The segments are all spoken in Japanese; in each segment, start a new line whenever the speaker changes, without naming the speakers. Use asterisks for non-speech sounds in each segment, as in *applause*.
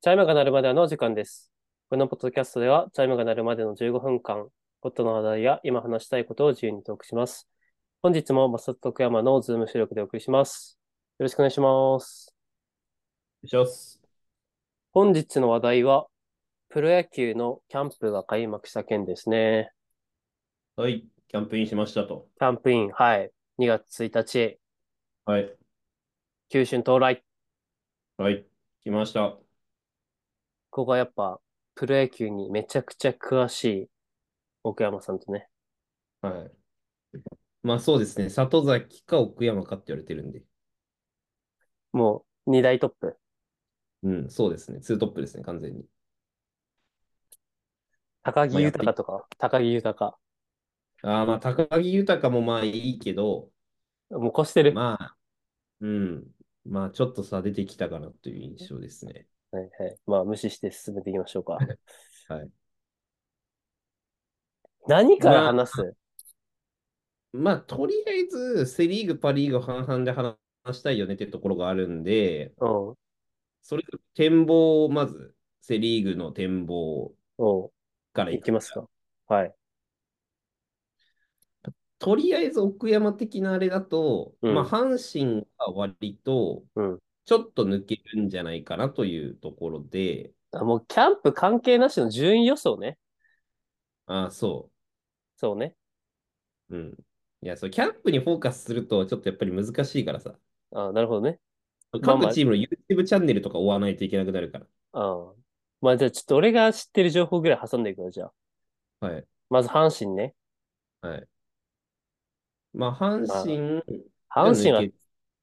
チャイムが鳴るまでのお時間です。このポッドキャストでは、チャイムが鳴るまでの15分間、ホットの話題や今話したいことを自由にトークします。本日も、マサト徳山のズーム収録でお送りします。よろしくお願いします。
します。
本日の話題は、プロ野球のキャンプが開幕した件ですね。
はい、キャンプインしましたと。
キャンプイン、はい。2月1日、
はい、
九春到来。
はい、来ました。
ここはやっぱ、プロ野球にめちゃくちゃ詳しい奥山さんとね。
はい。まあそうですね、里崎か奥山かって言われてるんで。
もう、2大トップ。
うん、そうですね、ツートップですね、完全に。
高木
まあやっぱり
豊とか、高木豊。
ああ、まあ高木豊もまあいいけど、
もう越してる。
まあ、うん、まあちょっと差出てきたかなという印象ですね。
はいはい。まあ、無視して進めていきましょうか。
*laughs* はい。
何から話す
まあとりあえず、セ・リーグ、パ・リーグ半々で話したいよねってところがあるんで、
うん。
それ展望をまず、セ・リーグの展望
う
から
ん。い
い
き
く
ますか。はい。
とりあえず奥山的なあれだと、
うん
まあ、阪神は割と
うん、
ちょっと抜けるんじゃないかなというところで、
あ、もう、キャンプ関係なしの順位予想ね。
ああ、そ
そうね。
う。うん。いや、そう、キャンプにフォーカスすると、ちょっとやっぱり難しいからさ、
あ、なるほどね。まあまあ
各チームの YouTube チャンネルとか追わないといけなくなるから。
うん。まあ、じゃあ、ちょっと俺が知ってる情報ぐらい挟んでいくよ、じゃあ。
はい。
まず、阪神ね。
まあ、阪神
阪神
が
は
抜け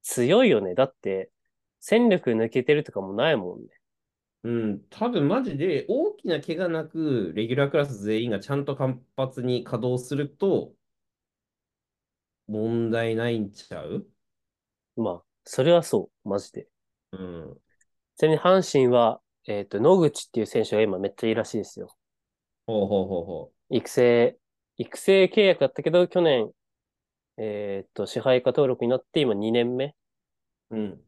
強いよね。だって、戦力抜けてるとかもないもんね。
うん、多分マジで大きな怪我なく、レギュラークラス全員がちゃんと活発に稼働すると、問題ないんちゃう
まあ、それはそう。マジで。
うん。
ちなみに、阪神は、えっと、野口っていう選手が今めっちゃいいらしいですよ。
ほうほうほうほ
育成、育成契約だったけど、去年、えーっと、支配下登録になって、今2年目。
う。うん。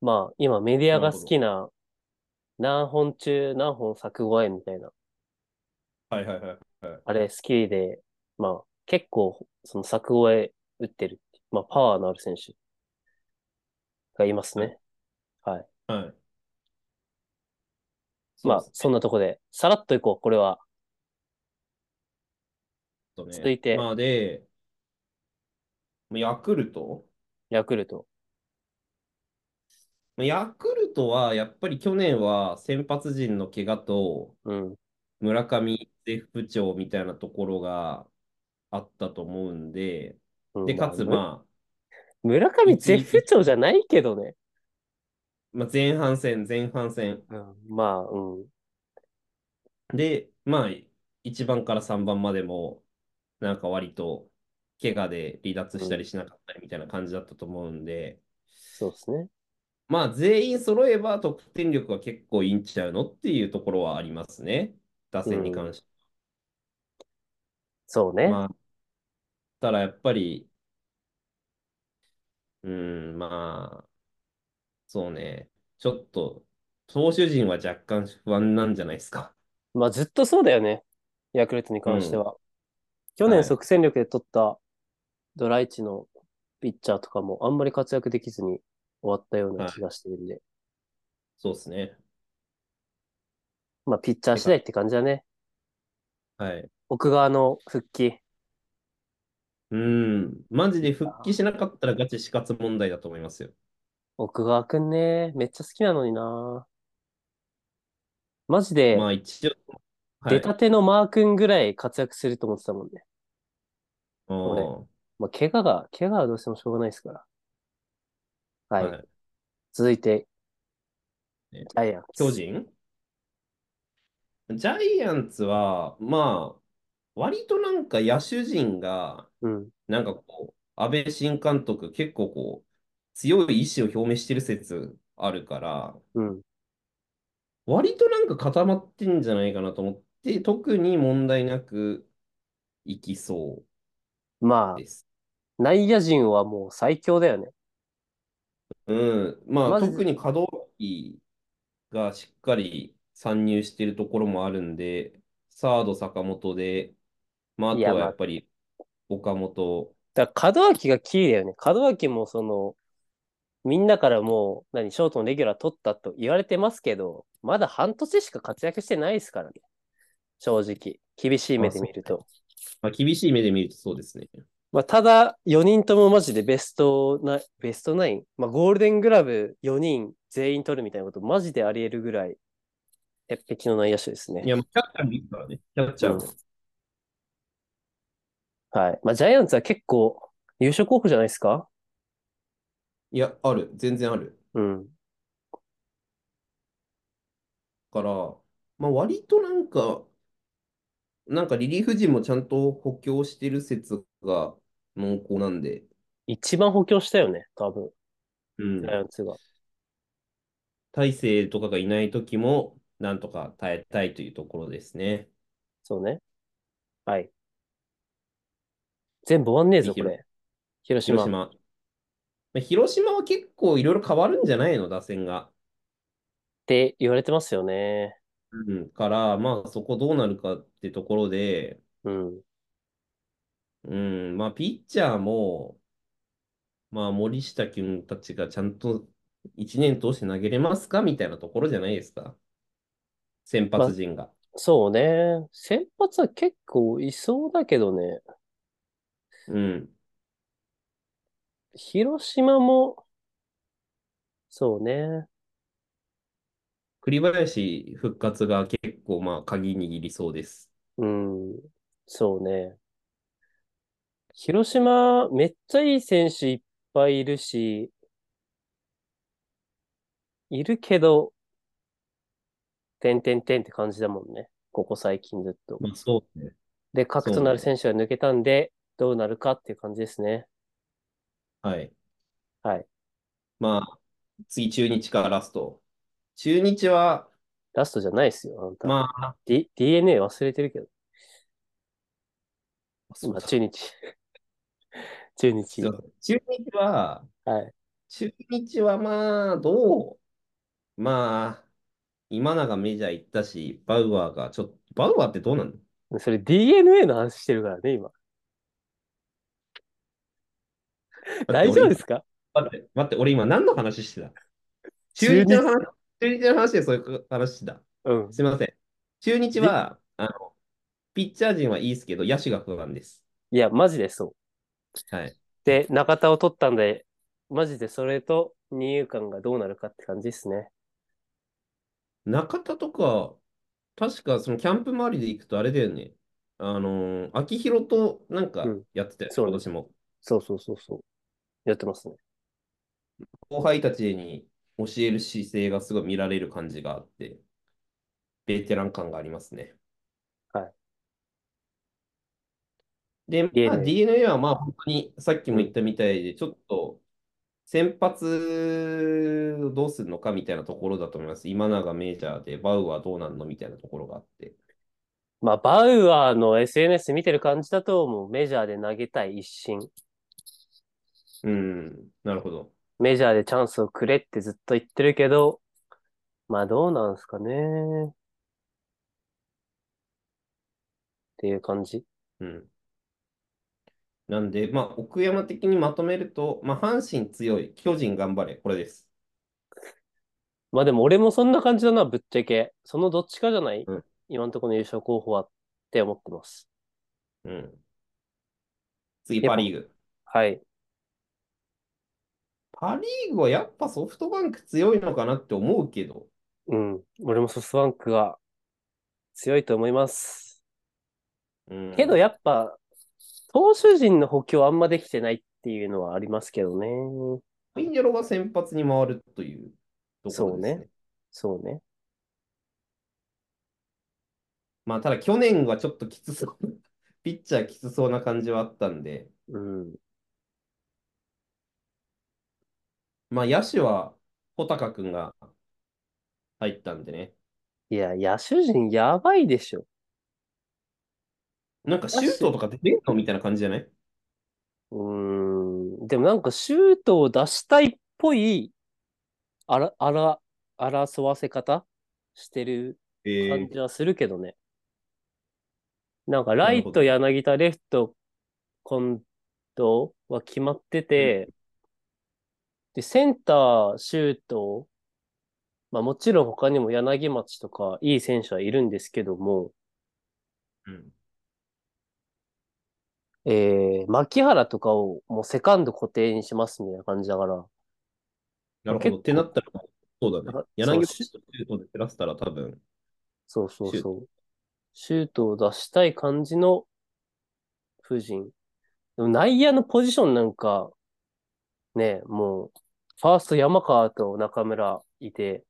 まあ、今メディアが好き
な
な、何本中何本作越えみたいな、
はいはいはい。
あれ好きで、まあ、結構、その作越え打ってるって、まあ、パワーのある選手がいますね。
はい。
まあ、
そうです
そんなとこで、さらっといこう、これは。
ちょっとね
続いて
まあで、ヤクルト
ヤクルト。
まあヤクルトはやっぱり去年は先発陣の怪我と
うん。
村上絶不調みたいなところがあったと思うんで、
うん
で、かつ
まあ、
ま
村上絶不調じゃないけどね。
あ、まあ、前半戦、前半戦。
うん、まあ、うん。
で、まあ、1番から3番までも、なんか割と、怪我で離脱したりしなかったりみたいな感じだったと思うんで、
そうですね。
まあ、全員揃えば得点力は結構いいんちゃうのっていうところはありますね。打線に関し
そう
て。
ね。
まあ、ただやっぱり、うん、まあ、そうね。ちょっと、投手陣は若干不安なんじゃないですか。
まあずっとそうだよね。ヤクルトに関しては。去
は
年
い
即戦力で取ったドライチのピッチャーとかもあんまり活躍できずに終わったような気がしてるんで。
そうですね。
まあピッチャー次第って感じだね。
はい。
奥側の復帰。
うん、マジで復帰しなかったらガチ死活問題だと思いますよ。
奥川くんね。めっちゃ好きなのにな。マジで
まあ一応、はい。
出たてのマー君ぐらい活躍すると思ってたもんね。俺
うん
まあ怪我が、怪我はどうしてもしょうがないですから。はい。
はい
続いて、ジ
ね
ャイアンツ。
巨人ジャイアンツは、まあ、割となんか野手陣が、
うん。
なんかこう、安倍新監督、結構こう、強い意志を表明してる説あるから、
うん。
割となんか固まってんじゃないかなと思って、特に問題なくいきそ
まあ
う、です。
内野陣はもう最強だよね。
うん、まあ、
まず
特に可動域がしっかり参入しているところもあるんで、サード坂本で、まあ、あと
いやま
は
あ
やっぱり岡本、
だから門脇がキーだよね。門脇もその、みんなからもう、何、ショートのレギュラー取ったと言われてますけど、まだ半年しか活躍してないですからね。正直。厳しい目で見ると。
まあ、厳しい目で見るとそうですね。
まあ、ただ、4人ともマジでベストな、ベストナイン。まあ、ゴールデングラブ4人全員取るみたいなこと、マジであり得るぐらい、鉄壁の内野手ですね
い。や、もうキャッチャーもいいからね。キャッチャーも。
はい。まあ、ジャイアンツは結構、優勝候補じゃないですか
いや、ある。全然ある。
うん。
から、まあ、割となんか、なんかリリーフ陣もちゃんと補強してる説が濃厚なんで、
一番補強したよね、多分、
うん
ジャイアンツが。
大勢とかがいない時も、なんとか耐えたいというところですね。
そうね。はい。全部終わんねえぞ、こ
広
れ。広島。
広島。まあ広島は結構いろいろ変わるんじゃないの、打線が。
って言われてますよね。
うん。から、まあそこどうなるかってところで、
うん。
うん、まあピッチャーも、まあ森下君たちがちゃんと1年通して投げれますかみたいなところじゃないですか。先発陣が。
そうね。先発は結構いそうだけどね。
うん。
広島も、そうね。
栗林復活が結構まあ鍵握りそうです。
うん。そうね。広島、めっちゃいい選手いっぱいいるし、いるけど、てんてんてんって感じだもんね。ここ最近ずっと。
まあそうね。
で、核となる選手が抜けたんで、どうなるかっていう感じですね。
はい。
はい。
まあ、次中日からラスト。中日は、
ラストじゃないですよ、あんた。
まあ、
D、DNA 忘れてるけど。
そう
まあ
だ
中日。 *laughs* 中日。
そうだ中日は、
はい。
中日はまあ、どうまあ、今永メジャー行ったし、バウアーが、ちょっと、バウアーってどうなの
それ DNA の話してるからね、今。大丈夫ですか
待って、待って、俺今何の話してた中日の話、中日の話でそういう話してた。
うん。
すみません。中日は、あの、ピッチャー陣はいいですけど、野手が不安です。
いや、マジでそう。
はい。
で、中田を取ったんで、マジでそれと二遊間がどうなるかって感じですね。
中田とか、確かそのキャンプ周りで行くとあれだよね。あのー、秋広となんか
うん
やってたよ、
そうね
今年も。
そうそうそうそう。やってますね。
後輩たちに教える姿勢がすごい見られる感じがあって、ベテラン感がありますね。
はい。
で、まあ、
DNA
DNA はまあ本当にさっきも言ったみたいで、ちょっと先発をどうするのかみたいなところだと思います。今永メジャーで、バウはどうなんのみたいなところがあって。
まあ、バウアーの SNS 見てる感じだと、もうメジャーで投げたい一心。
うん、なるほど。
メジャーでチャンスをくれってずっと言ってるけど、まあどうなんすかね。っていう感じ。
うん。なんで、まあ、奥山的にまとめると、まあ、阪神強い、巨人頑張れ、これです。
まあでも俺もそんな感じだな、ぶっちゃけ。そのどっちかじゃない、
うん
今のところの優勝候補はって思ってます。
うん。次、
やっぱ
パ・リーグ。
はい。
パ・リーグはやっぱソフトバンク強いのかなって思うけど、
うん。俺もソフトバンクが強いと思います。
うん、
けどやっぱ、投手陣の補強あんまできてないっていうのはありますけどね。
インジェロが先発に回るというところです
そうね。そうね。
まあ、ただ去年はちょっときつそう、 *laughs* ピッチャーきつそうな感じはあったんで、
うん。
まあ、野手は穂高君が入ったんでね、
いや、野手陣やばいでしょ。
なんかシュートとか出てんのみたいな感じじゃないう
ーん。でもなんかシュートを出したいっぽい、あら、あら、争わせ方してる
え
感
ー
じはするけどね。なんか、ライト、柳田、レフト、近藤は決まってて、で、センター、シュート、まあもちろん他にも柳町とかいい選手はいるんですけども、
うん
えー、牧原とかをもうセカンド固定にしますみたいな感じだから、
なるほ
結
ど。
構
ってなったら、そう
な
だね
んか。
柳
そう
橋とシュートで照らせたら多分、
そうそう
シュー
そう。シュートを出したい感じの布陣。でも内野のポジションなんか、ね、もう、ファースト山川と中村いて、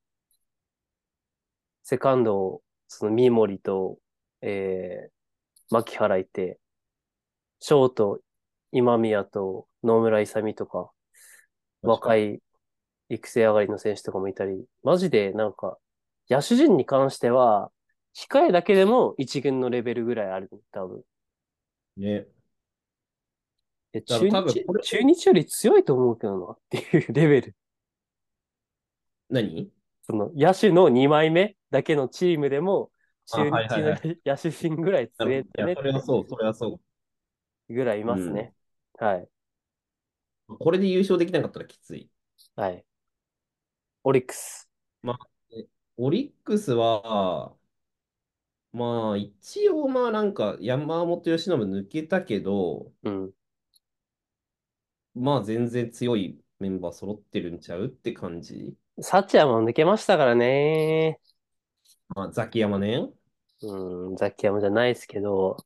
セカンド、その三森と、えー、牧原いて、ショート、今宮と野村勇とか、若
い。
い育成上がりの選手とかもいたり、マジでなんか、野手陣に関しては、控えだけでも一軍のレベルぐらいある、多分。
ね。
で
だ
中
から多分
日
これ、
中日より強いと思うけどなっていう *laughs* レベル。
何
その、野手の2枚目だけのチームでも、
あ
中日
はいはいは
の野手陣ぐらい
なる
強いんだね
いや、それはそう、それはそ
ぐらいいますね。はい。
う。これで優勝できなかったらきつい。
はい。オリックス。
オリックスは、まあ、一応、まあ、なんか、山本由伸抜けたけど、
うん。
まあ、全然強いメンバー揃ってるんちゃうって感じ。
サチアも抜けましたからね。
まあ、ザキヤマね。
うん、ザキヤマじゃないですけど、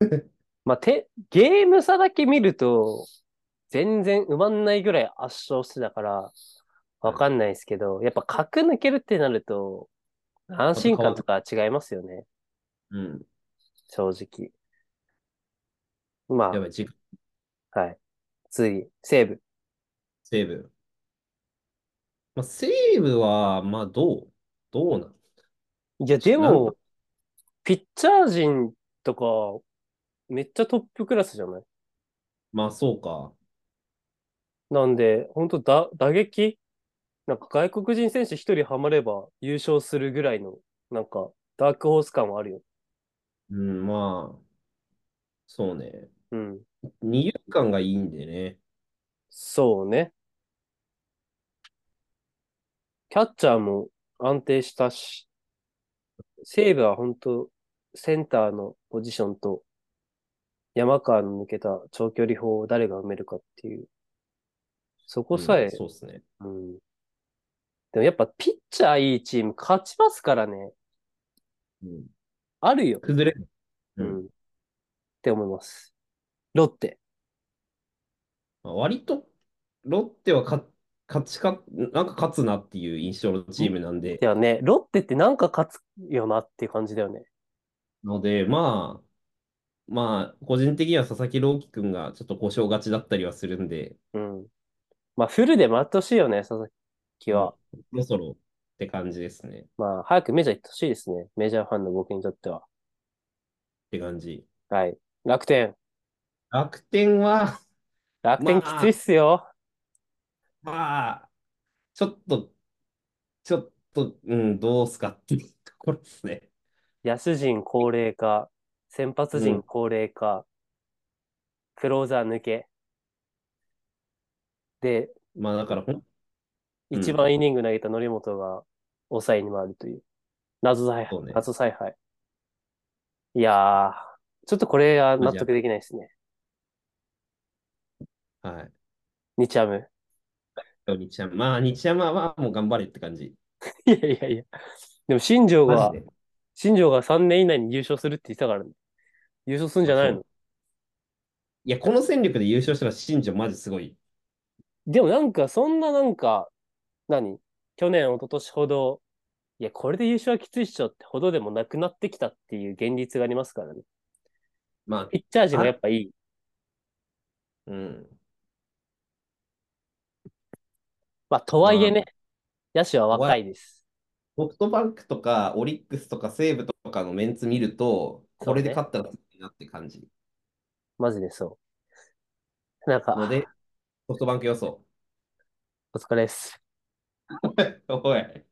*laughs*
まあ、て、ゲーム差だけ見ると、全然埋まんないぐらい圧勝してたから、わかんないですけど、やっぱ角抜けるってなると、安心感とか違いますよね、
うん。
正直。ま
やばい、時間
あ、はい。次、西武。
セーブ。まあ、セーブは、まあ、どうどうなん
いや、で
なんだ
も、ピッチャー陣とか、めっちゃトップクラスじゃない
まあ、そうか。
なんで、本当だ、打撃なんか外国人選手一人ハマれば優勝するぐらいの、なんか、ダークホース感はあるよ。
うん、まあ、そうね。
うん。
二遊間がいいんでね。
そうね。キャッチャーも安定したし、セーブは本当センターのポジションと、山川の抜けた長距離砲を誰が埋めるかっていう、そこさ
うん
え、
そうっすね。
うん。でもやっぱピッチャーいいチーム勝ちますからね。
うん、
あるよ。
崩れる。う
うんん。って思います。ロッテ。
まあ、割と、ロッテは勝勝ちか、なんか勝つなっていう印象のチームなんで、
だよね。ロッテってなんか勝つよなっていう感じだよね。
ので、まあ、まあ、個人的には佐々木朗希君がちょっと故障がちだったりはするんで、
うん。まあ、フルで回ってほしいよね、佐々木は。
そろそろって感じですね。っ
まあ、早くメジャー行ってほしいですね。メジャーファンの僕にとっては。
て感じ。
はい。楽天。
楽天は、
楽天きついっすよ。
まあ、ちょっと、ちょっと、うん、どうすかっていうところですね。
野手陣高齢化。先発
う
陣
ん
高齢化。クローザー抜け。で、
まあ、だからほん、うん
一番イニング投げた則本が抑えに回るという。謎采配。
そうね
謎采配。いやー、ちょっとこれは納得できないですね。
はい。
日ハム。 *laughs*
日山、まあ、日山はもう頑張れって感じ。
いやいやいや。でも新庄
マ
が、
ジで。
新庄が3年以内に優勝するって言ってたからね。優勝するんじゃない
あ
の
いや、この戦力で優勝したら新庄マジすごい。
でもなんか、そんななんか、何去年、一昨年ほど、いや、これで優勝はきついっしょってほどでもなくなってきたっていう現実がありますからね。
まあ、
ピッチャー陣がやっぱいい。
うん。
まあ、とはいえね、野手は若いです。
ソフトバンクとか、オリックスとか、西武とかのメンツ見ると、これで勝ったら強いなって感じ。
マジでそう。なんか、
ので、ソフトバンク予想。
お疲れです。
おい、おい